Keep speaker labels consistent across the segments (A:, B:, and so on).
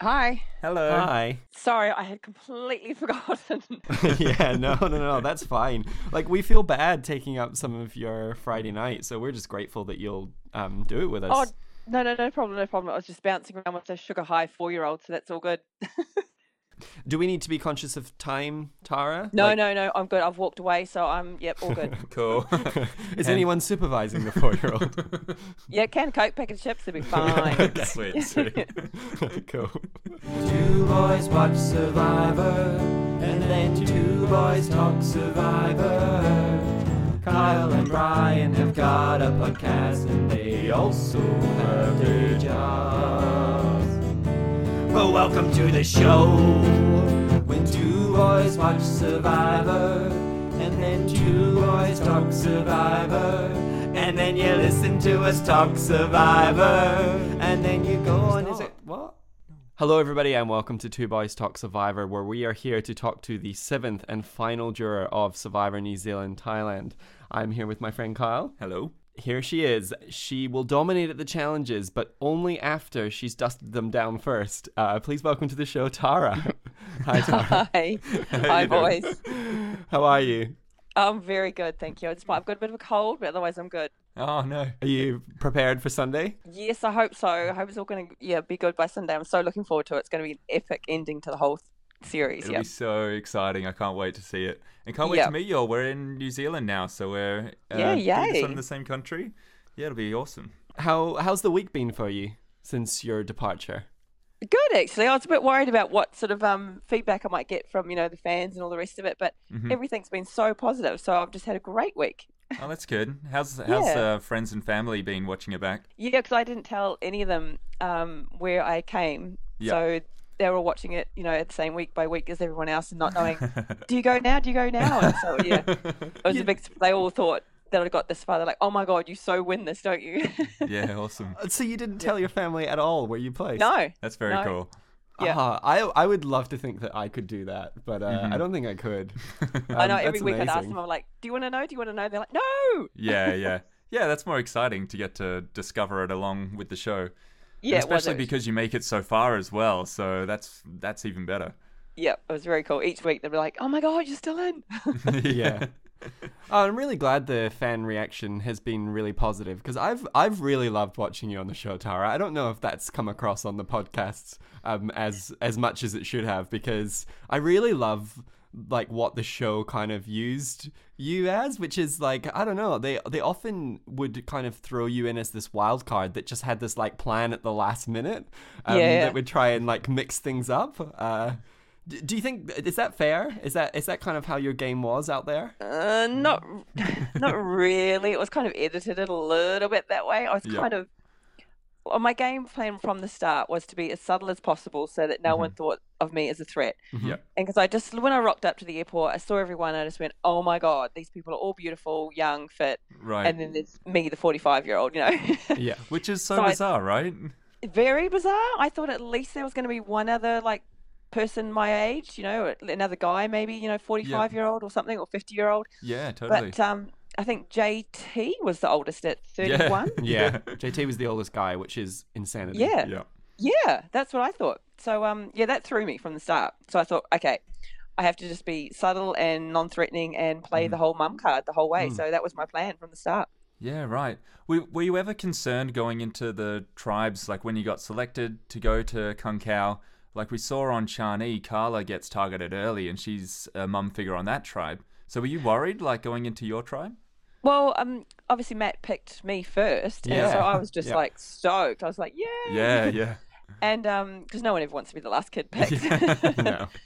A: Hi.
B: Hello.
C: Hi.
A: Sorry, I had completely forgotten.
C: yeah, no, no, no, that's fine. Like, we feel bad taking up some of your Friday night, so we're just grateful that you'll um, do it with us.
A: oh, no, no, no problem, no problem. I was just bouncing around with a sugar high four year old, so that's all good.
C: Do we need to be conscious of time, Tara?
A: No,
C: Like,
A: no, no, I'm good. I've walked away, so I'm, yep, all good.
B: Cool.
C: Is
B: And-
C: anyone supervising the four year old?
A: yeah, can Coke, packet of chips, it'll be fine.
B: Sweet, sweet.
C: cool. Two boys watch Survivor, and then two boys talk Survivor. Kyle and Brian have got a podcast, and they also have day jobs. Well, welcome to the show. When two boys watch Survivor, and then two boys talk Survivor, and then you listen to us talk Survivor, and then you go on. Is it what? Hello, everybody, and welcome to Two Boys Talk Survivor, where we are here to talk to the seventh and final juror of Survivor New Zealand, Thailand. I'm here with my friend Kyle.
B: Hello.
C: Here she is. She will dominate at the challenges, but only after she's dusted them down first. Uh, please welcome to the show, Tara. Hi, Tara.
A: Hi. Hi, boys.
C: How are you?
A: I'm very good, thank you. I just, I've got a bit of a cold, but otherwise I'm good.
B: Oh no.
C: Are you prepared for Sunday?
A: Yes, I hope so. I hope it's all going to yeah be good by Sunday. I'm so looking forward to it. It's going to be an epic ending to the whole series.
B: It'll
A: Yeah.
B: be so exciting. I can't wait to see it. And can't wait
A: Yeah.
B: to meet you all. We're in New Zealand now, so we're uh,
A: Yeah,
B: doing this
A: yay.
B: one in the same country. Yeah, it'll be awesome.
C: How How's the week been for you since your departure?
A: Good actually. I was a bit worried about what sort of um feedback I might get from you know the fans and all the rest of it, but everything's been so positive. So I've just had a great week.
B: Oh, that's good. How's how's
A: Yeah.
B: uh, friends and family been watching it back?
A: Yeah, because I didn't tell any of them um where I came,
B: Yeah.
A: so they were watching it you know at the same week by week as everyone else and not knowing do you go now? Do you go now? And so yeah, it was a big. They all thought that I got this far. They're like, oh my god, you so win this, don't you?
B: Yeah, awesome.
C: Uh, So you didn't tell your family at all where you placed?
A: no.
B: That's very
A: No.
B: cool.
A: Yeah.
C: Ah, I I would love to think that I could do that, but uh, I don't think I could.
A: I
B: Uh,
C: Um,
A: know
C: that's
A: every week I'd ask
C: amazing.
A: them, I'm like, do you want to know? Do you want to know? They're like, no.
B: Yeah, yeah. Yeah, that's more exciting to get to discover it along with the show. And
A: Yeah, it was
B: especially
A: actually-
B: because you make it so far as well, so that's that's even better.
A: yeah, it was very cool. Each week they'd be like, oh my god, you're still in.
C: yeah. Oh, I'm really glad the fan reaction has been really positive because I've I've really loved watching you on the show, Tara. I don't know if that's come across on the podcasts um, as as much as it should have because I really love like what the show kind of used you as, which is like I don't know they they often would kind of throw you in as this wild card that just had this like plan at the last minute um,
A: Yeah.
C: that would try and like mix things up. Uh, d- do you think is that fair? Is that is that kind of how your game was out there?
A: uh, not, not really. It was kind of edited it a little bit that way. I was
B: Yeah.
A: kind of. Well, my game plan from the start was to be as subtle as possible so that no
B: Mm-hmm.
A: one thought of me as a threat.
B: Yeah.
A: And because I just, when I rocked up to the airport, I saw everyone and I just went, oh my God, these people are all beautiful, young, fit.
B: Right.
A: And then there's me, the 45 year old, you know.
C: Yeah.
B: Which is so,
A: So I-
B: bizarre, right?
A: Very bizarre. I thought at least there was going to be one other, like, person my age, you know, another guy maybe, you know, 45 year old or something, or 50 year old.
B: Yeah, totally.
A: But um, I think JT was the oldest at 31.
C: Yeah. JT was the oldest guy, which is insanity.
A: Yeah.
B: Yeah.
A: Yeah, that's what I thought. So, um, yeah, that threw me from the start. So I thought, okay, I have to just be subtle and non-threatening and play the whole mum card the whole way. So that was my plan from the start.
B: Yeah, right. Were, were you ever concerned going into the tribes, like when you got selected to go to Kung Kao? Like we saw on Shani, Carla gets targeted early and she's a mum figure on that tribe. So were you worried, like going into your tribe?
A: Well, um, obviously Matt picked me first, and so
C: Yeah.
A: I was just
C: Yeah.
A: like stoked. I was like, yeah,
B: Yeah, yeah.
A: and um, because no one ever wants to be the last kid picked.
C: No.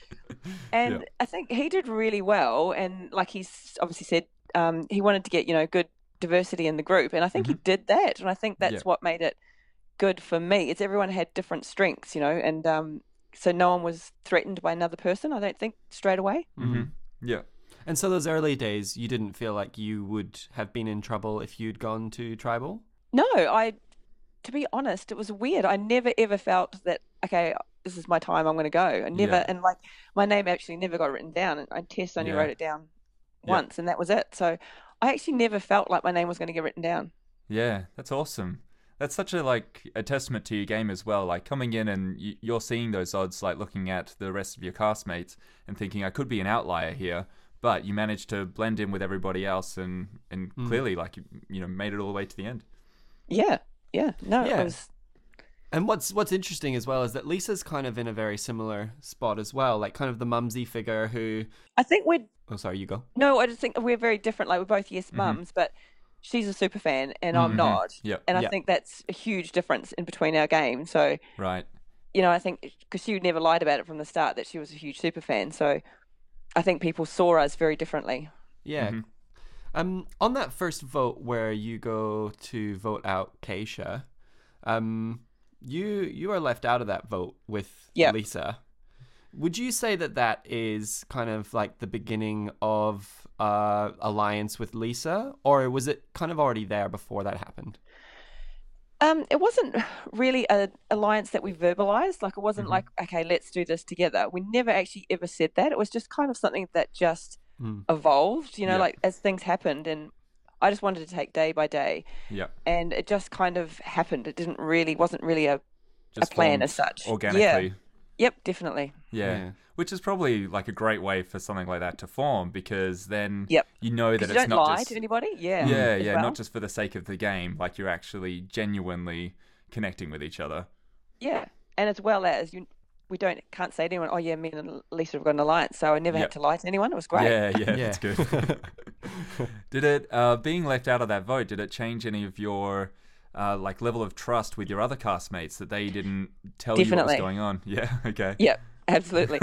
A: And I think he did really well. And like he's obviously said, um, he wanted to get, you know, good diversity in the group. And I think he did that. And I think that's
B: Yeah.
A: what made it good for me. It's everyone had different strengths, you know, and um, so no one was threatened by another person, I don't think, straight away.
B: Mm-hmm. Yeah.
C: Mm-hmm. And so those early days, you didn't feel like you would have been in trouble if you'd gone to tribal?
A: No, I, to be honest, it was weird. I never ever felt that, okay, this is my time, I'm going to go. I never,
B: Yeah.
A: and like my name actually never got written down, and I test only
B: Yeah.
A: wrote it down
B: Yeah.
A: once, and that was it. So I actually never felt like my name was going to get written down.
B: Yeah, that's awesome. that's such a like a testament to your game as well. Like coming in and y- you're seeing those odds, like looking at the rest of your castmates and thinking I could be an outlier here, but you managed to blend in with everybody else and and
D: Hmm.
B: clearly like you, you know made it all the way to the end.
A: Yeah, yeah. No,
D: Yeah.
A: it was
D: And what's what's interesting as well is that Lisa's kind of in a very similar spot as well, like kind of the mumsy figure who.
A: I think we're
D: Oh, sorry, you go.
A: no, I just think we're very different. Like we're both yes
B: Mm-hmm.
A: mums, but she's a super fan and I'm not.
B: Yep.
A: And I
D: Yeah.
A: think that's a huge difference in between our game. So,
B: Right.
A: you know, I think because she never lied about it from the start that she was a huge super fan. So I think people saw us very differently.
D: Yeah. Um, on that first vote where you go to vote out Keisha, um, you you are left out of that vote with
A: Yeah.
D: Lisa. Would you say that that is kind of like the beginning of uh, alliance with Lisa, or was it kind of already there before that happened?
A: Um, it wasn't really an alliance that we verbalized. Like, it wasn't
B: Mm-hmm.
A: like, okay, let's do this together. We never actually ever said that. It was just kind of something that just
D: Mm.
A: evolved, you know,
B: Yeah.
A: like as things happened. And I just wanted to take day by day.
B: Yep.
A: And it just kind of happened. It didn't really, wasn't really a,
B: Just
A: plan
B: formed
A: as such. Yeah.
B: organically.
A: yep, definitely.
B: Yeah.
D: Yeah.
B: Which is probably like a great way for something like that to form because then
A: Yep.
B: you know that
A: Because
B: it's
A: you don't
B: not
A: lie
B: just
A: to anybody. Yeah.
B: yeah,
A: as
B: yeah,
A: well.
B: not just for the sake of the game, like you're actually genuinely connecting with each other.
A: Yeah, and as well as you, we don't can't say to anyone, "Oh yeah, me and Lisa have got an alliance," so I never
B: Yep.
A: had to lie to anyone. It was great.
B: Yeah, yeah,
D: Yeah.
B: that's good. did it uh, being left out of that vote? Did it change any of your uh, like level of trust with your other castmates that they didn't tell you what was
A: Definitely.
B: going on? Yeah, okay.
A: Yep, absolutely.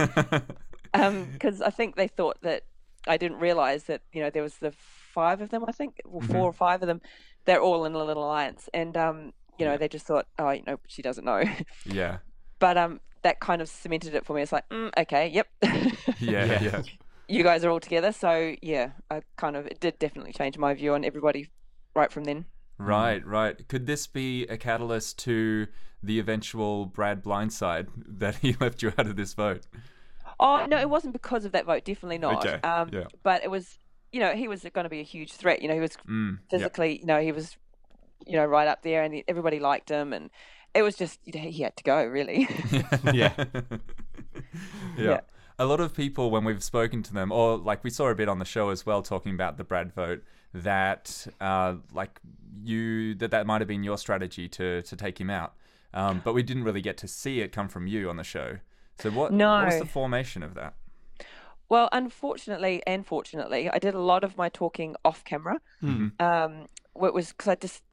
A: Because I think they thought that I didn't realize that you know there was the five of them. I think well, 4
B: Mm-hmm.
A: or five of them. They're all in a little alliance, and um, you know they just thought, "Oh, you know, she doesn't know."
B: Yeah,
A: but um, that kind of cemented it for me. It's like, mm, okay, yep,
B: yeah, yeah.
D: Yeah.
A: you guys are all together. So yeah, I kind of it did definitely change my view on everybody right from then.
B: Right, right. Could this be a catalyst to the eventual Brad Blindside that he left you out of this vote?
A: Oh no, it wasn't because of that vote. Definitely not.
B: Okay,
A: Um,
B: yeah.
A: But it was, you know, he was going to be a huge threat. You know, he was
B: Mm, yeah.
A: physically, you know, he was, you know, right up there, and everybody liked him, and it was just you know, he had to go. Really,
D: Yeah.
B: yeah.
A: Yeah.
B: A lot of people, when we've spoken to them, or like we saw a bit on the show as well, talking about the Brad vote, that uh, like you that that might have been your strategy to to take him out, um, but we didn't really get to see it come from you on the show. So what? What was
A: No.
B: the formation of that?
A: well, unfortunately and fortunately, I did a lot of my talking off camera.
B: Mm-hmm.
A: Um, what was because I just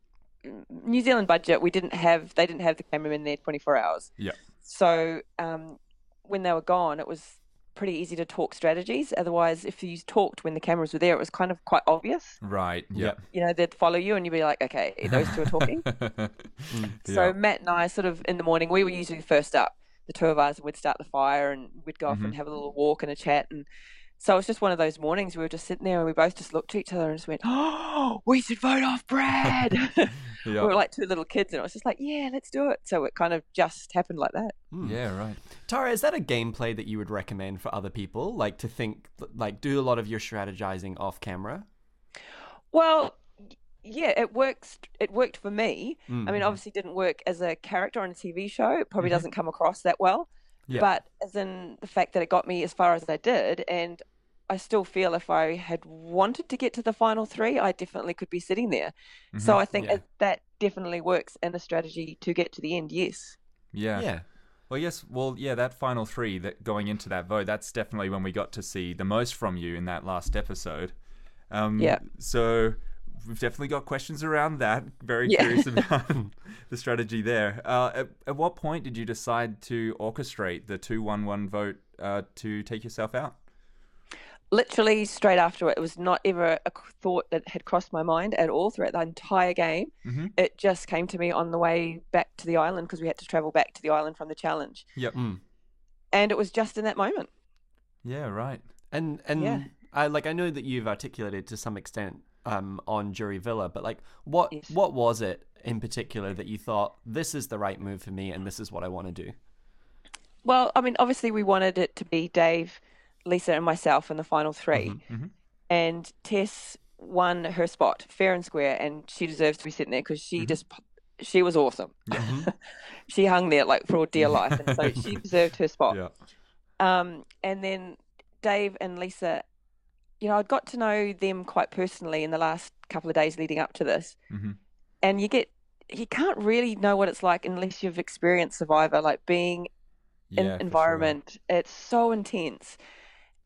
A: New Zealand budget, we didn't have they didn't have the cameraman there twenty four hours.
B: Yeah.
A: So um, when they were gone, it was pretty easy to talk strategies. Otherwise, if you talked when the cameras were there, it was kind of quite obvious.
B: Right. Yeah.
A: You know, they'd follow you and you'd be like, okay, those two are talking.
B: Yeah.
A: So Matt and I, sort of in the morning, we were usually first up. The two of us would start the fire and we'd go off
B: Mm-hmm.
A: and have a little walk and a chat. And so it was just one of those mornings we were just sitting there and we both just looked to each other and just went, "Oh, we should vote off Brad."
B: Yeah.
A: We were like two little kids, and it was just like, "Yeah, let's do it." So it kind of just happened like that.
B: yeah. Right.
D: Tara, is that a gameplay that you would recommend for other people? Like to think, like do a lot of your strategizing off camera?
A: Well, y- yeah, it works. It worked for me.
D: Mm.
A: I mean, obviously, it didn't work as a character on a TV show. It probably doesn't come across that well.
D: Mm-hmm. Yeah.
A: But as in the fact that it got me as far as I did, and I still feel if I had wanted to get to the final three, I definitely could be sitting there. So I think
D: Mm-hmm. yeah.
A: it- that definitely works in a strategy to get to the end. Yes.
B: Yeah.
D: Yeah.
B: Well, yes. Well, yeah. That final three that going into that vote, that's definitely when we got to see the most from you in that last episode. Um,
A: Yeah.
B: So we've definitely got questions around that. Very
A: Yeah.
B: curious about the strategy there. Uh, at, at what point did you decide to orchestrate the two-one-one vote uh, to take yourself out?
A: Literally straight after it, it was not ever a c- thought that had crossed my mind at all throughout the entire game.
B: Mhm.
A: It just came to me on the way back to the island because we had to travel back to the island from the challenge.
B: Yep.
D: Mm.
A: And it was just in that moment.
B: Yeah. Right.
D: And and
A: Yeah.
D: I like I know that you've articulated to some extent um, on Jury Villa, but like what
A: Yes.
D: what was it in particular that you thought this is the right move for me and this is what I want to do?
A: Well, I mean, obviously, we wanted it to be Dave, Lisa, and myself in the final 3 And Tess won her spot fair and square, and she deserves to be sitting there because she just p- she was awesome. she hung there like for dear life, and so she deserved her spot.
B: Yeah.
A: Um, and then Dave and Lisa, you know, I got to know them quite personally in the last couple of days leading up to this.
B: Mhm.
A: And you get, you can't really know what it's like unless you've experienced Survivor, like being
B: Yeah,
A: in
B: for sure.
A: environment. It's so intense.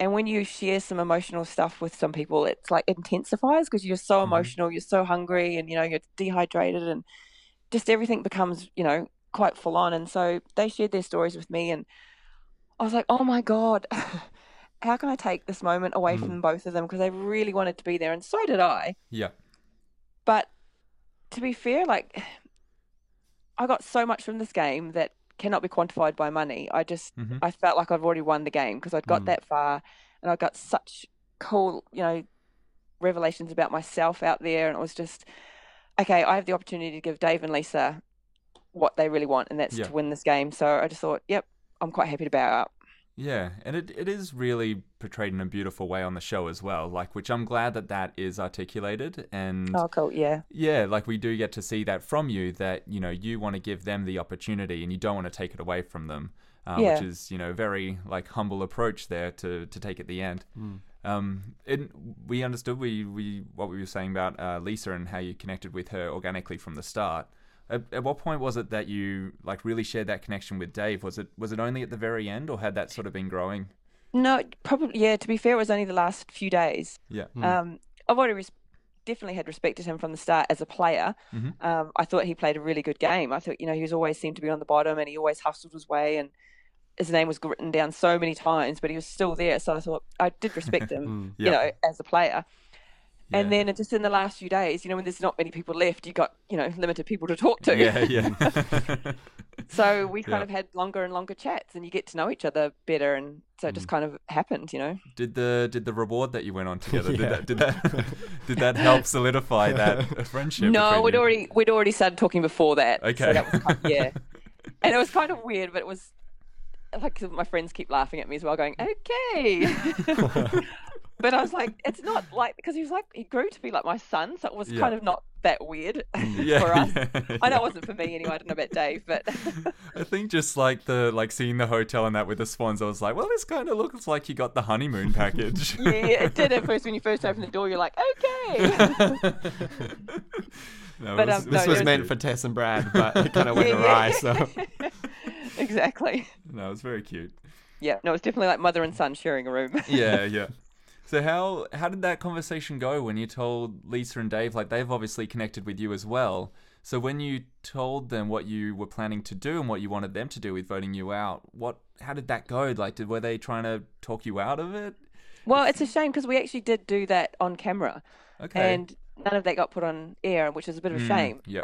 A: And when you share some emotional stuff with some people, it's like intensifies because you're so
B: Mhm.
A: emotional, you're so hungry, and you know, you're dehydrated, and just everything becomes, you know, quite full on. And so they shared their stories with me, and I was like, oh my God, how can I take this moment away
B: Mm-hmm.
A: from both of them? Because they really wanted to be there, and so did I.
B: Yeah.
A: But to be fair, like I got so much from this game that cannot be quantified by money. I just
B: Mhm.
A: I felt like I've already won the game because I'd got
D: Mm.
A: that far and I got such cool, you know, revelations about myself out there and it was just okay, I have the opportunity to give Dave and Lisa what they really want and that's
B: Yeah.
A: to win this game. So I just thought, yep, I'm quite happy to bow up.
B: Yeah, and it, it is really portrayed in a beautiful way on the show as well, like which I'm glad that that is articulated and
A: Oh cool, yeah.
B: yeah, like we do get to see that from you that you know you want to give them the opportunity and you don't want to take it away from them, uh,
A: Yeah.
B: which is you know very like humble approach there to to take at the end. Um, and we understood we we what we were saying about uh, Lisa and how you connected with her organically from the start. At, at what point was it that you like really shared that connection with Dave? Was it was it only at the very end, or had that sort of been growing?
A: No, probably yeah, to be fair, it was only the last few days.
B: Yeah.
A: Um, I've already res- definitely had respected him from the start as a player.
B: Mhm.
A: Um, I thought he played a really good game. I thought, you know, he was always seemed to be on the bottom and he always hustled his way and his name was written down so many times, but he was still there. So I thought I did respect him, you
B: Mm, Yeah.
A: know, as a player. And
B: Yeah.
A: then it- just in the last few days, you know, when there's not many people left, you got, you know, limited people to talk to.
B: Yeah, yeah.
A: So we kind
B: Yeah.
A: of had longer and longer chats and you get to know each other better. And so
B: Mm.
A: it just kind of happened, you know.
B: did the did the reward that you went on together
D: Yeah.
B: did that did that did that help solidify that friendship?
A: No,
B: between
A: we'd
B: you?
A: already we'd already started talking before that. so
B: Okay.
A: that was kind- yeah, and it was kind of weird, but it was like 'cause my friends keep laughing at me as well, going, "Okay," but I was like, "It's not like because he was like he grew to be like my son, so it was
B: Yeah. Mm.
A: kind of not that weird
B: Yeah,
A: for us."
B: yeah,
A: I know
B: yeah.
A: it wasn't for me anyway. I don't know about Dave, but
B: I think just like the like seeing the hotel and that with the swans, I was like, well, this kind of looks like you got the honeymoon package.
A: yeah, it did at first when you first open the door. You're like, "Okay."
B: no, it
A: But,
B: was,
A: um,
B: this
A: no,
B: was
A: it
B: meant for.
D: Tess and Brad, but it kind of
A: Yeah, yeah.
D: So
A: exactly.
B: No, it was very cute.
A: Yeah. No, it was definitely like mother and son sharing a room.
B: Yeah, yeah. So how how did that conversation go when you told Lisa and Dave? Like they've obviously connected with you as well. So when you told them what you were planning to do and what you wanted them to do with voting you out, what how did that go? Like, did, were they trying to talk you out of it?
A: Well, it's a shame because we actually did do that on camera.
B: Okay.
A: and none of that got put on air, which is a bit of a
B: Mm,
A: shame.
B: yep.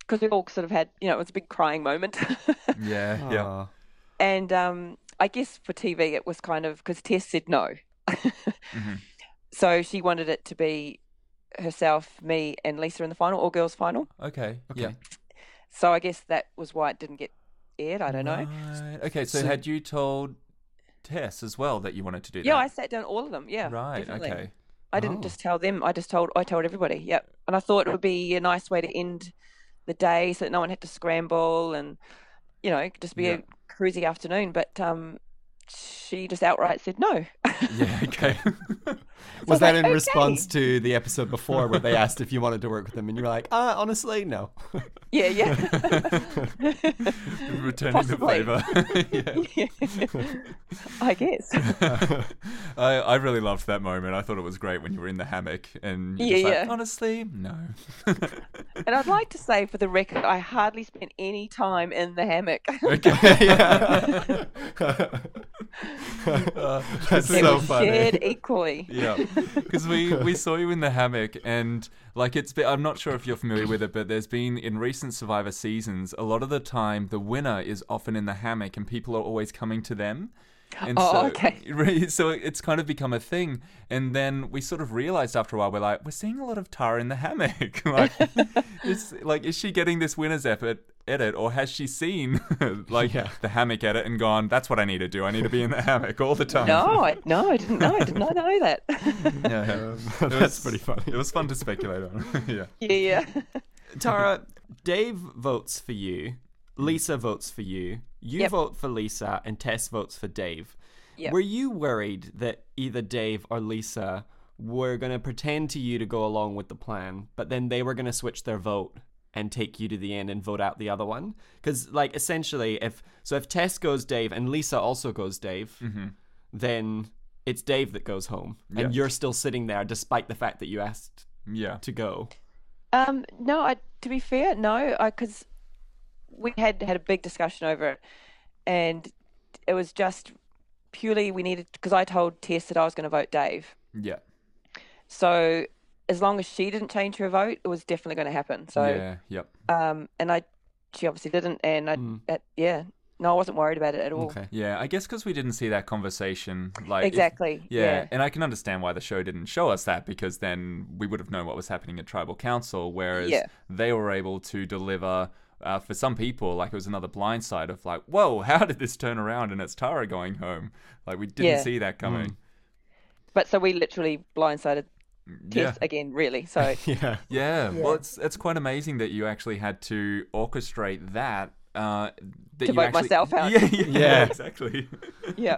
A: because we all sort of had, you know, it was a big crying moment,
B: yeah,
C: Ah.
B: yeah.
A: and um, I guess for TV it was kind of because Tess said no,
B: Mm-hmm.
A: so she wanted it to be herself, me, and Lisa in the final, all girls final.
B: Okay. Yeah.
D: Okay.
A: So I guess that was why it didn't get aired. I don't know.
B: Right. Okay. So,
D: So-
B: had you told Tess as well that you wanted to do
A: Yeah, I
B: that?
A: sat down all of them. Yeah,
B: right.
A: definitely.
B: Okay.
A: I didn't
D: Oh.
A: just tell them. I just told I told everybody. Yep. And I thought it would be a nice way to end the day so that no one had to scramble and you know just be
B: Yeah.
A: a cruisy afternoon. But um, she just outright said no.
B: Yeah. Okay.
D: Was
A: was
D: that in
A: like,
D: response to the episode before where they asked if you wanted to work with them and you were like, uh, honestly, no.
A: yeah, yeah.
B: Returning
A: Possibly.
B: the favor. yeah.
A: I guess.
B: I, I really loved that moment. I thought it was great when you were in the hammock and you're
A: Yeah,
B: just like,
A: yeah.
B: honestly, no.
A: And I'd like to say for the record, I hardly spent any time in the hammock.
B: okay.
D: yeah.
B: That's
A: it
B: so
A: was
B: funny.
A: shared equally.
B: Yeah, because we, we saw you in the hammock, and like it's been, I'm not sure if you're familiar with it, but there's been in recent Survivor seasons, a lot of the time the winner is often in the hammock, and people are always coming to them. And
A: Oh,
B: so,
A: okay.
B: right, so it's kind of become a thing. And then we sort of realized after a while, we're like, we're seeing a lot of Tara in the hammock. like, is, like, is she getting this winner's effort? Edit or has she seen like
D: Yeah.
B: the hammock edit and gone? That's what I need to do. I need to be in the hammock all the time.
A: No, I, no, I didn't know. I did not know that.
B: Yeah,
D: that's pretty funny.
B: It was fun to speculate on. yeah.
A: yeah, yeah.
C: Tara, Dave votes for you. Lisa votes for you. You
A: Yep.
C: vote for Lisa, and Tess votes for Dave.
A: Yep.
C: Were you worried that either Dave or Lisa were going to pretend to you to go along with the plan, but then they were going to switch their vote and take you to the end and vote out the other one? Because, like, essentially, if so, if Tess goes Dave and Lisa also goes Dave, then it's Dave that goes home,
B: Yeah.
C: and you're still sitting there despite the fact that you asked
B: Yeah.
C: to go.
A: Um, no, I, to be fair, no, because we had had a big discussion over it, and it was just purely we needed because I told Tess that I was going to vote Dave.
B: Yeah.
A: So as long as she didn't change her vote, it was definitely going to happen. So
B: yeah. Yep.
A: um, and I, she obviously didn't, and I,
C: Mm.
A: that- yeah, no, I wasn't worried about it at all.
C: Okay.
B: Yeah. I guess because we didn't see that conversation. Like if-
A: Exactly.
B: yeah,
A: yeah.
B: And I can understand why the show didn't show us that because then we would have known what was happening at tribal council. Whereas
A: Yeah.
B: they were able to deliver. Uh, for some people, like it was another blind side of like, whoa, how did this turn around? And it's Tara going home. Like we didn't
A: Yeah.
B: see that
D: Hmm.
B: coming.
A: But so we literally blindsided
B: Yeah.
A: Tess again, really. So
C: Yeah.
B: Yeah, well, it's it's quite amazing that you actually had to orchestrate that. Uh, that
A: To
B: you
A: vote
B: actually-
A: myself out.
B: Yeah, yeah,
C: Yeah.
B: exactly.
A: yeah,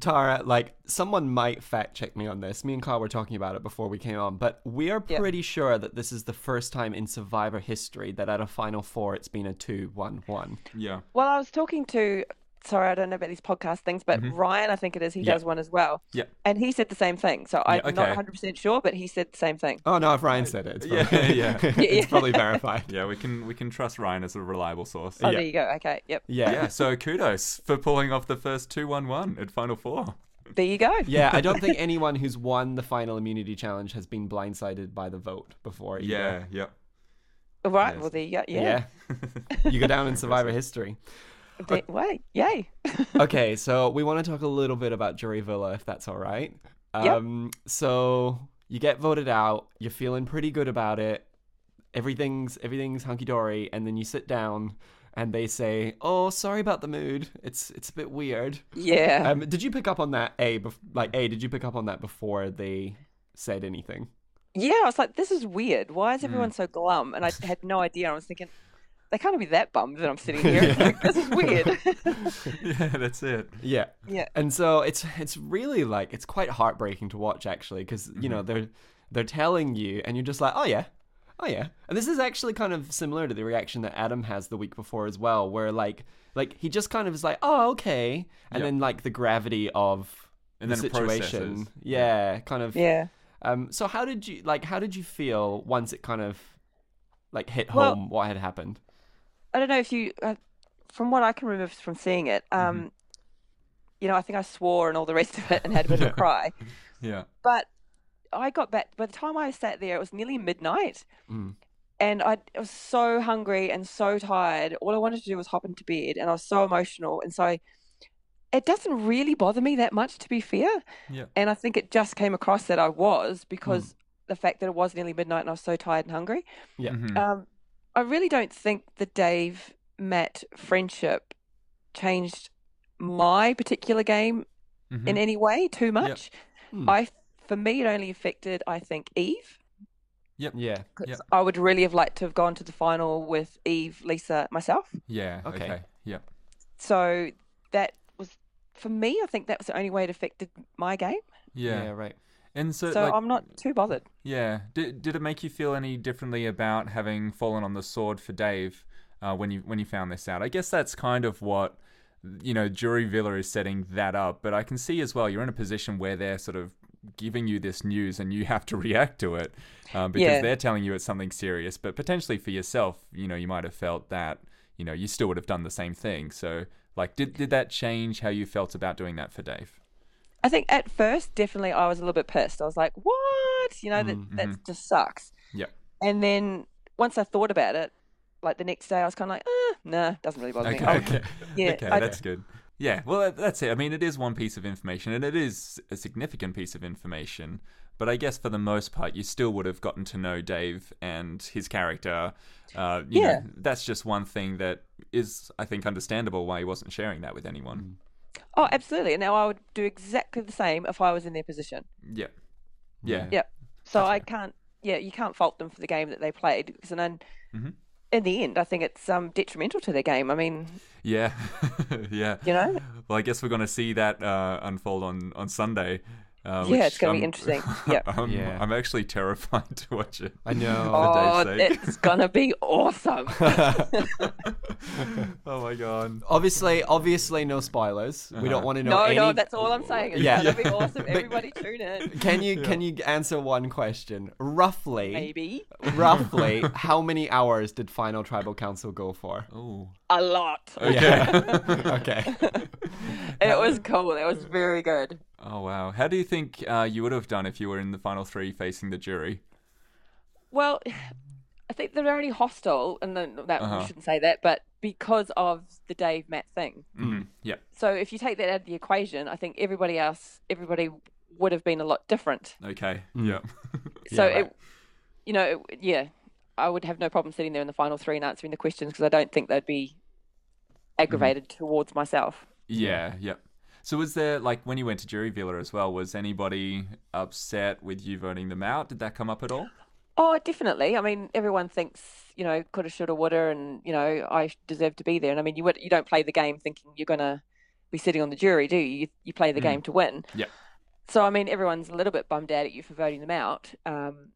C: Tara, like someone might fact check me on this. Me and Carl were talking about it before we came on, but we are
A: Yeah.
C: pretty sure that this is the first time in Survivor history that at a Final Four it's been a 2 1 1.
B: yeah,
A: well, I was talking to. Sorry, I don't know about these podcast things, but Ryan, I think it is, he
C: Mm-hmm. Yeah.
A: does one as well.
B: yeah,
A: And he said the same thing. So I'm not
B: okay.
A: 100% sure, but he said the same thing.
C: Oh no, if Ryan said it, it's
B: Yeah,
C: probably,
B: yeah.
C: it's probably verified.
B: yeah. We can we can trust Ryan as a reliable source.
A: Oh,
C: Yeah.
A: there you go. Okay. Yep.
C: Yeah.
B: Yeah,
C: yeah.
B: so kudos for pulling off the first two one one at Final Four.
A: There you go.
C: I don't think anyone who's won the final immunity challenge has been blindsided by the vote before. either.
B: Yeah, yep.
A: All right.
B: Yes.
A: Well, there you go. Yeah.
C: Yeah. you go down in Survivor history.
A: There- wait. Yay.
C: Okay, so we want to talk a little bit about Jury Villa, if that's all right.
A: Yeah.
C: Um, So you get voted out. You're feeling pretty good about it. Everything's everything's hunky dory, and then you sit down, and they say, "Oh, sorry about the mood. It's it's a bit weird."
A: Yeah.
C: Um, did you pick up on that? A bef- like A, did you pick up on that before they said anything?
A: yeah. I was like, this is weird. Why is everyone so glum? And I had no idea. I was thinking, they can't be that bummed that I'm sitting here. It's like, this is weird.
B: yeah, that's it.
C: Yeah.
A: Yeah.
C: And so it's it's really like it's quite heartbreaking to watch actually because you
B: Mm-hmm.
C: know they're they're telling you and you're just like oh yeah oh yeah and this is actually kind of similar to the reaction that Adam has the week before as well where like like he just kind of is like oh okay and
B: Yeah.
C: then like the gravity of
B: And
C: the
B: then it
C: situation
B: processes.
C: yeah kind of
A: yeah.
C: um so how did you like how did you feel once it kind of like hit
A: Well-
C: home what had happened
A: I don't know if you, uh, from what I can remember from seeing it, um, you know, I think I swore and all the rest of it and had a bit of a cry.
B: Yeah,
A: But I got back, by the time I sat there, it was nearly midnight.
C: Mm.
A: And I, I was so hungry and so tired. All I wanted to do was hop into bed. And I was so emotional. And so I, it doesn't really bother me that much, to be fair.
B: Yeah.
A: And I think it just came across that I was because the fact that it was nearly midnight and I was so tired and hungry.
C: yeah
B: mhm,
A: Um, I really don't think the Dave Matt friendship changed my particular game
B: mhm.
A: in any way too much.
C: Hmm.
A: I, for me, it only affected I think Eve.
C: yeah
A: 'cause
B: Yep.
A: I would really have liked to have gone to the final with Eve, Lisa, myself.
B: yeah.
C: Okay.
B: Okay. Yep.
A: So that was for me. I think that was the only way it affected my game.
B: Yeah.
C: right
B: And so,
A: So
B: like,
A: I'm not too bothered.
B: yeah. Did did it make you feel any differently about having fallen on the sword for Dave uh, when you when you found this out? I guess that's kind of what you know Jury Villa is setting that up. But I can see as well you're in a position where they're sort of giving you this news and you have to react to it um, because
A: Yeah.
B: they're telling you it's something serious. But potentially for yourself, you know, you might have felt that you know you still would have done the same thing. So like, did did that change how you felt about doing that for Dave?
A: I think at first, definitely, I was a little bit pissed. I was like, "What? You know, that
B: Mm-hmm.
A: that just sucks."
B: Yep.
A: And then once I thought about it, like the next day, I was kind of like, eh, nah, doesn't really bother me.
B: Okay.
A: I-
B: okay.
A: Oh, yeah,
B: okay,
A: I-
B: that's good. Yeah, well, that- that's it. I mean, it is one piece of information, and it is a significant piece of information. But I guess for the most part, you still would have gotten to know Dave and his character. Uh, you know,
A: Yeah.
B: that's just one thing that is, I think, understandable why he wasn't sharing that with anyone.
A: Oh, absolutely. And now I would Mm. do exactly the same if I was in their position.
B: Yeah, yeah,
A: Yep. So I can't. yeah, you can't fault them for the game that they played because then
C: Mm-hmm.
B: Mhm.
A: in the end, I think it's um, detrimental to their game. I mean,
B: Yeah, yeah.
A: you know,
B: Well, I guess we're going to see that uh, unfold on on Sunday. Uh,
A: Yeah,
B: which
A: it's gonna be
B: I'm-
A: interesting. Yep.
B: I'm,
C: Yeah.
B: I'm actually terrified to watch it.
C: I know.
A: oh,
B: For Dave's sake.
A: it's gonna be awesome.
B: oh my god.
C: Obviously, obviously, no spoilers. We don't want to know.
A: no,
C: any...
A: no, that's all I'm saying. It's
C: Yeah.
A: gonna be awesome. Everybody tune in.
C: Can you can you answer one question? Roughly,
A: Maybe
C: roughly, how many hours did Final Tribal Council go for?
B: Oh.
A: a lot.
C: Yeah. okay.
A: It was cool. It was very good.
B: Oh wow. How do you think uh, you would have done if you were in the final three facing the jury?
A: Well, I think they're only hostile, and then that
B: Uh-huh.
A: we shouldn't say that, but because of the Dave Matt thing.
B: Mm. Yeah.
A: So if you take that out of the equation, I think everybody else, everybody would have been a lot different.
B: Okay.
C: Mm.
B: Yeah.
A: so
C: Yeah, right.
A: it, you know, it, yeah, I would have no problem sitting there in the final three and answering the questions because I don't think they'd be aggravated
B: Mm-hmm.
A: towards myself.
B: Yeah, yep. So was there like when you went to Jury Villa as well, was anybody upset with you voting them out? Did that come up at all?
A: Oh, definitely. I mean, everyone thinks you know coulda, shoulda, woulda, and you know I deserve to be there. And I mean, you would, you don't play the game thinking you're gonna be sitting on the jury, do you? You, you play the
B: Mm.
A: game to win.
B: Yep.
A: So I mean, everyone's a little bit bummed out at you for voting them out, um,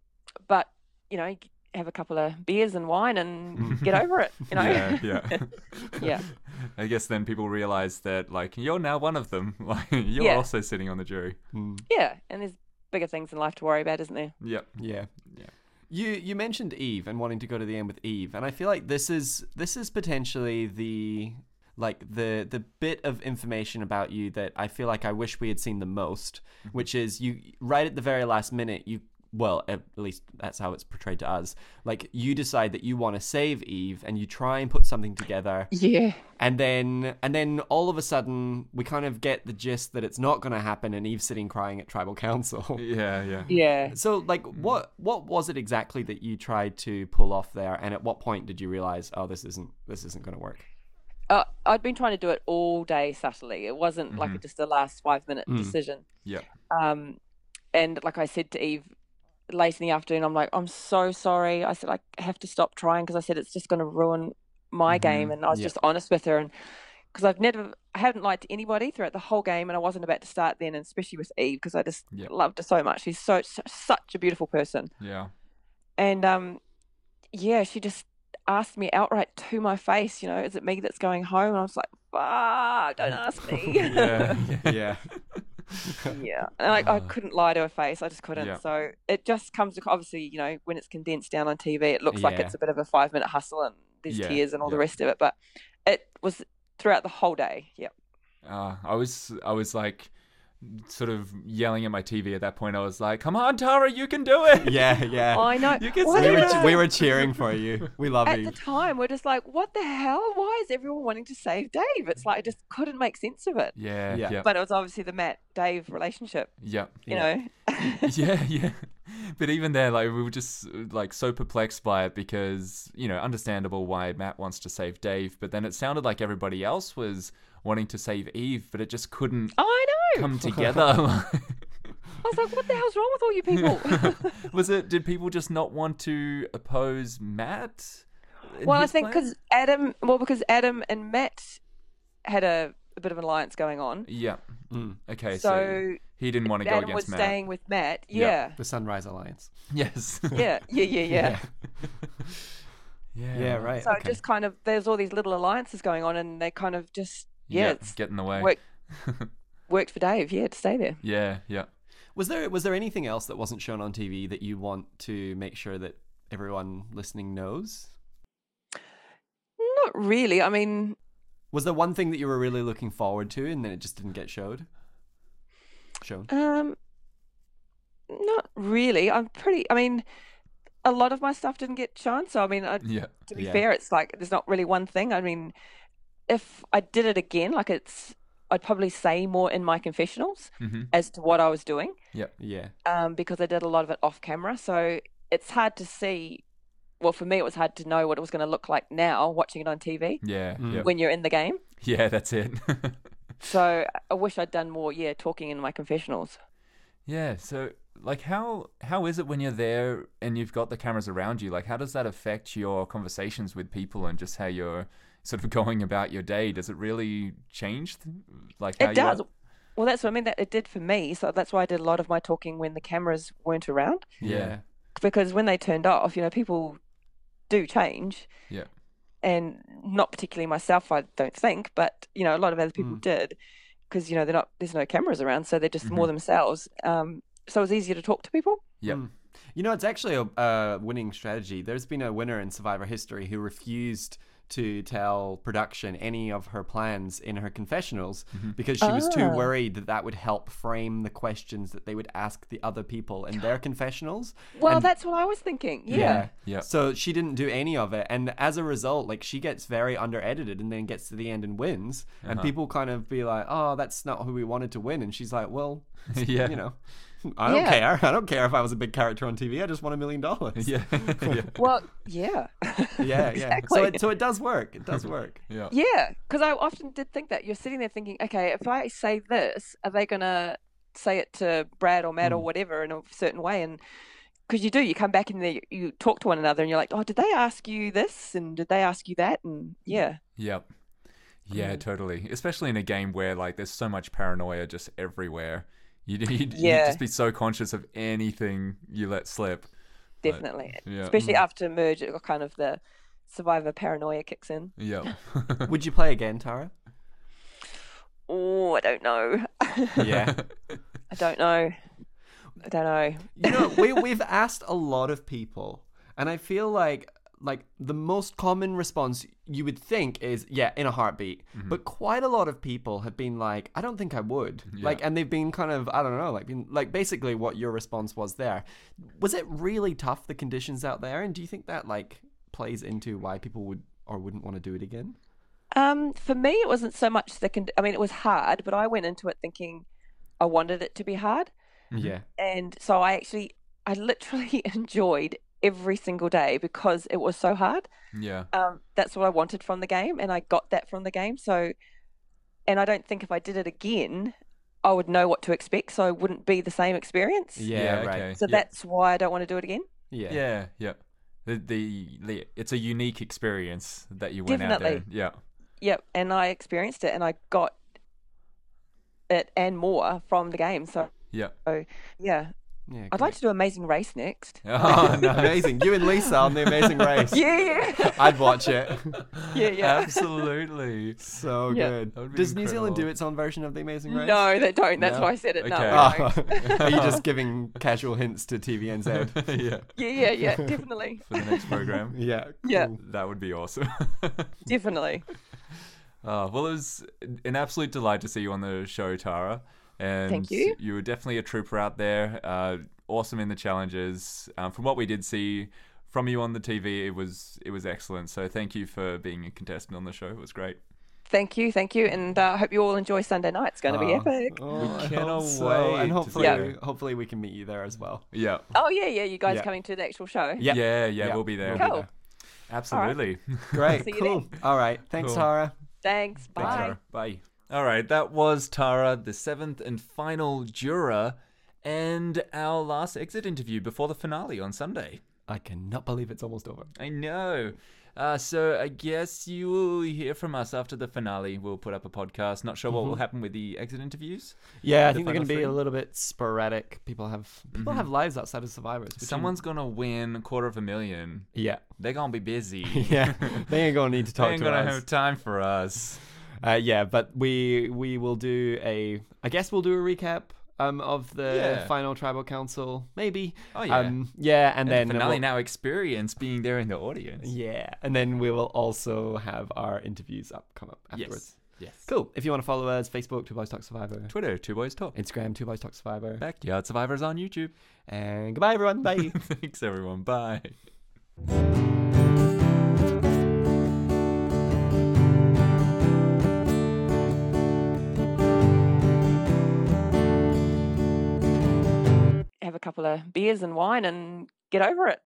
A: but you know, have a couple of beers and wine and get over it. You know.
B: Mm-hmm. Yeah, yeah.
A: Mm. Yeah.
B: I guess then people realize that like you're now one of them. Like you're
A: Yeah.
B: also sitting on the jury.
C: Mm,
A: Yeah, and there's bigger things in life to worry about, isn't there?
B: Yep.
C: yeah.
B: Yeah.
C: You you mentioned Eve and wanting to go to the end with Eve, and I feel like this is this is potentially the like the the bit of information about you that I feel like I wish we had seen the most, which is you right at the very last minute you well at least that's how it's portrayed to us like you decide that you want to save eve and you try and put something together
A: Yeah.
C: and then and then all of a sudden we kind of get the gist that it's not going to happen and eve's sitting crying at tribal council
B: Yeah, yeah.
A: Yeah.
C: so like what what was it exactly that you tried to pull off there and at what point did you realize oh this isn't this isn't going to work
A: Uh, I'd been trying to do it all day subtly. It wasn't like just a last five minute decision.
B: Mm-hmm. Mm. Yep.
A: Um, and like I said to Eve late in the afternoon, I'm like, I'm so sorry. I said, I have to stop trying because I said it's just going to ruin my
B: Mm-hmm.
A: game. And I was
C: Yeah.
A: just honest with her. And because I've never, I haven't lied to anybody throughout the whole game. And I wasn't about to start then, and especially with Eve because I just
B: Yep.
A: loved her so much. She's so, such a beautiful person.
B: Yeah.
A: and um yeah she just asked me outright to my face you know is it me that's going home and i was like ah don't ask me
B: Yeah.
C: yeah
A: Yeah. and like i couldn't lie to her face i just couldn't
B: Yeah.
A: so it just comes ac- obviously you know when it's condensed down on tv it looks like
C: Yeah.
A: it's a bit of a five minute hustle and there's
B: Yeah,
A: tears and all the
B: yeah.
A: rest of it but it was throughout the whole day yeah
B: Uh, I was I was like sort of yelling at my TV at that point. I was like, "Come on, Tara, you can do it."
C: yeah yeah
A: i know
B: You can
A: Why
B: see
C: we,
A: did
B: it.
C: were,
A: Oh, I-
C: we were cheering for you we love
A: at
C: you
A: the time we're just like what the hell why is everyone wanting to save dave it's like i just couldn't make sense of it
B: Yeah.
C: Yeah.
B: Yep.
A: but it was obviously the Matt Dave relationship,
B: Yep.
A: you
C: Yeah.
A: know.
B: yeah, yeah. But even there, like we were just uh, like so perplexed by it because you know, understandable why Matt wants to save Dave, but then it sounded like everybody else was wanting to save Eve, but it just couldn't
A: I know.
B: come together.
A: I was like, what the hell's wrong with all you people?
B: was it? Did people just not want to oppose Matt? in
A: well, I
B: his
A: think
B: plan?
A: because Adam, well, because Adam and Matt had a, a bit of an alliance going on.
B: yeah.
C: Mm.
B: Okay, so,
A: So
B: he didn't want to go
A: Adam was
B: against Matt.
A: staying with Matt.
B: Yeah.
A: Yeah.
C: the sunrise alliance
B: Yes.
A: Yeah. Yeah. Yeah. Yeah.
B: yeah.
C: yeah right
A: So it
C: okay.
A: just kind of, there's all these little alliances going on, and they kind of just, yeah,
B: Yeah.
A: it's
B: Get in the way.
A: worked, worked for Dave, yeah, to stay there.
B: Yeah. Yeah.
C: was there was there anything else that wasn't shown on tv that you want to make sure that everyone listening knows
A: Not really. I mean,
C: was there one thing that you were really looking forward to and then it just didn't get showed shown
A: Um, not really. I'm pretty. I mean, a lot of my stuff didn't get shown, so I mean, I,
B: Yeah.
A: to be
C: Yeah.
A: fair, it's like there's not really one thing. I mean, if I did it again, like it's, I'd probably say more in my confessionals
B: hmm
A: as to what I was doing,
C: yeah
A: um, because I did a lot of it off camera. So it's hard to see. Well, for me, it was hard to know what it was going to look like now watching it on TV
B: Yeah.
C: Mm.
B: Yeah.
A: when you're in the game.
B: Yeah, that's it.
A: So I wish I'd done more, yeah, talking in my confessionals.
B: Yeah. So, like, how how is it when you're there and you've got the cameras around you? Like, how does that affect your conversations with people and just how you're sort of going about your day? Does it really change? th- Like, how
A: It does.
B: You
A: Well, that's what I mean. That it did for me. So that's why I did a lot of my talking when the cameras weren't around.
B: yeah.
A: Because when they turned off, you know, people do change.
B: Yeah.
A: and not particularly myself, I don't think, but you know, a lot of other people did because you know they're not there's no cameras around, so they're just more themselves. Um, so it was easier to talk to people.
B: Yep.
C: Mm. You know, it's actually a, a winning strategy. There's been a winner in Survivor history who refused to tell production any of her plans in her confessionals
B: Mm-hmm.
C: because she was too
A: Ah.
C: worried that that would help frame the questions that they would ask the other people in their confessionals.
A: Well,
C: And-
A: that's what I was thinking. Yeah.
B: Yeah.
C: So she didn't do any of it, and as a result, like she gets very under edited, and then gets to the end and wins,
B: Uh-huh.
C: and people kind of be like, "Oh, that's not who we wanted to win," and she's like, "Well,
B: Yeah.
C: you know, I don't
A: Yeah.
C: care. I don't care if I was a big character on TV. I just want a million dollars."
B: Yeah. yeah.
A: Well, yeah.
C: yeah,
A: Exactly.
C: yeah. So it, so it does work. It does work.
B: Yeah.
A: yeah, because I often did think that you're sitting there thinking, okay, if I say this, are they gonna say it to Brad or Matt or whatever in a certain way? And because you do, you come back and there you, you talk to one another, and you're like, oh, did they ask you this? And did they ask you that? And yeah.
B: Yep. Yeah, totally. Especially in a game where like there's so much paranoia just everywhere. You'd, you'd, you'd
A: Yeah.
B: just be so conscious of anything you let slip. But-
A: definitely.
B: yeah.
A: Especially after merge, it got kind of the survivor paranoia kicks in.
B: Yep.
C: Would you play again, Tara?
A: Oh, I don't know. I
C: Yeah.
A: don't know. I don't know.
C: you know, we we've asked a lot of people, and I feel like like the most common response you would think is yeah in a heartbeat but quite a lot of people have been like i don't think i would like and they've been kind of i don't know like been like basically what your response was there was it really tough the conditions out there and do you think that like plays into why people would or wouldn't want to do it again
A: Um, for me, it wasn't so much the. Con- I mean, it was hard, but I went into it thinking I wanted it to be hard,
C: yeah
A: and so I actually, I literally enjoyed every single day because it was so hard.
B: yeah.
A: um, that's what I wanted from the game, and I got that from the game. So, and I don't think if I did it again, I would know what to expect, so it wouldn't be the same experience.
C: yeah, right
B: okay.
A: So
B: Yep.
A: that's why I don't want to do it again.
C: yeah
B: Yeah. Yep. The, the the it's a unique experience that you went out
A: Definitely.
B: there. Yeah.
A: Yep, and I experienced it, and I got it and more from the game. So,
B: Yeah.
A: yeah,
C: yeah
A: I'd like to do Amazing Race next.
B: Oh, no.
C: amazing you and lisa on the amazing race
A: Yeah, yeah,
C: i'd watch it
A: yeah, yeah.
B: Absolutely.
C: So
A: Yeah.
B: That would
C: good.
B: be
C: Does New Zealand do
B: incredible.
C: its own version of The Amazing Race?
A: No, they don't. That's
C: No.
A: why I said it. No,
B: Okay.
A: they
B: Ah.
A: don't.
C: Oh. Are you just giving casual hints to TVNZ?
B: yeah.
A: yeah, yeah, yeah, definitely,
B: For the next program.
C: yeah.
A: Yeah.
C: cool.
B: That would be awesome.
A: definitely.
B: Uh, well, it was an absolute delight to see you on the show, Tara. And
A: Thank you.
B: You were definitely a trooper out there. Uh, awesome in the challenges. Um, from what we did see from you on the TV, it was it was excellent. So thank you for being a contestant on the show. It was great.
A: Thank you, thank you, and uh, I hope you all enjoy Sunday night. It's going to be
C: Oh.
A: epic.
C: Oh, I hope
B: cannot
C: so.
B: wait
C: And
B: to
C: hopefully,
A: see Yeah.
C: hopefully we can meet you there as well.
B: Yeah.
A: Oh yeah, yeah. You guys
C: Yeah.
A: coming to the actual show?
C: Yeah.
B: Yeah. Yeah.
C: Yeah,
B: We'll be there.
C: we'll be
A: Cool.
C: there.
B: Absolutely.
C: Great.
A: See you
C: cool. All right. Thanks,
B: Cool.
C: Tara.
A: Thanks. Bye.
B: Thanks, Tara. Bye. All right, that was Tara, the seventh and final juror, and our last exit interview before the finale on Sunday.
C: I cannot believe it's almost over.
B: I know. Uh, so I guess you will hear from us after the finale. We'll put up a podcast. Not sure what
C: Mm-hmm.
B: will happen with the exit interviews.
C: Yeah, I
B: The
C: think they're
B: final
C: going to be a
B: three.
C: little bit sporadic. People have people have lives outside of Survivors. which you-
B: Someone's gonna win quarter of a million.
C: Yeah.
B: They're gonna be busy.
C: Yeah. they ain't going to need to
B: they
C: talk
B: ain't
C: to
B: gonna
C: us.
B: have time for us.
C: Uh, yeah, but we we will do a. I guess we'll do a recap um, of the
B: Yeah.
C: final tribal council, maybe.
B: Oh, yeah.
C: um, yeah, and,
B: And
C: then
B: the finale
C: we'll-
B: now experience being there in the audience.
C: Yeah, and then we will also have our interviews up come up afterwards.
B: Yes. Yes.
C: Cool. If you want to follow us, Facebook Two Boys Talk Survivor,
B: Twitter, two boys talk.
C: Instagram Two Boys Talk Survivor,
B: Backyard survivors on YouTube.
C: and goodbye everyone. Bye.
B: Thanks everyone. Bye.
A: Have a couple of beers and wine and get over it.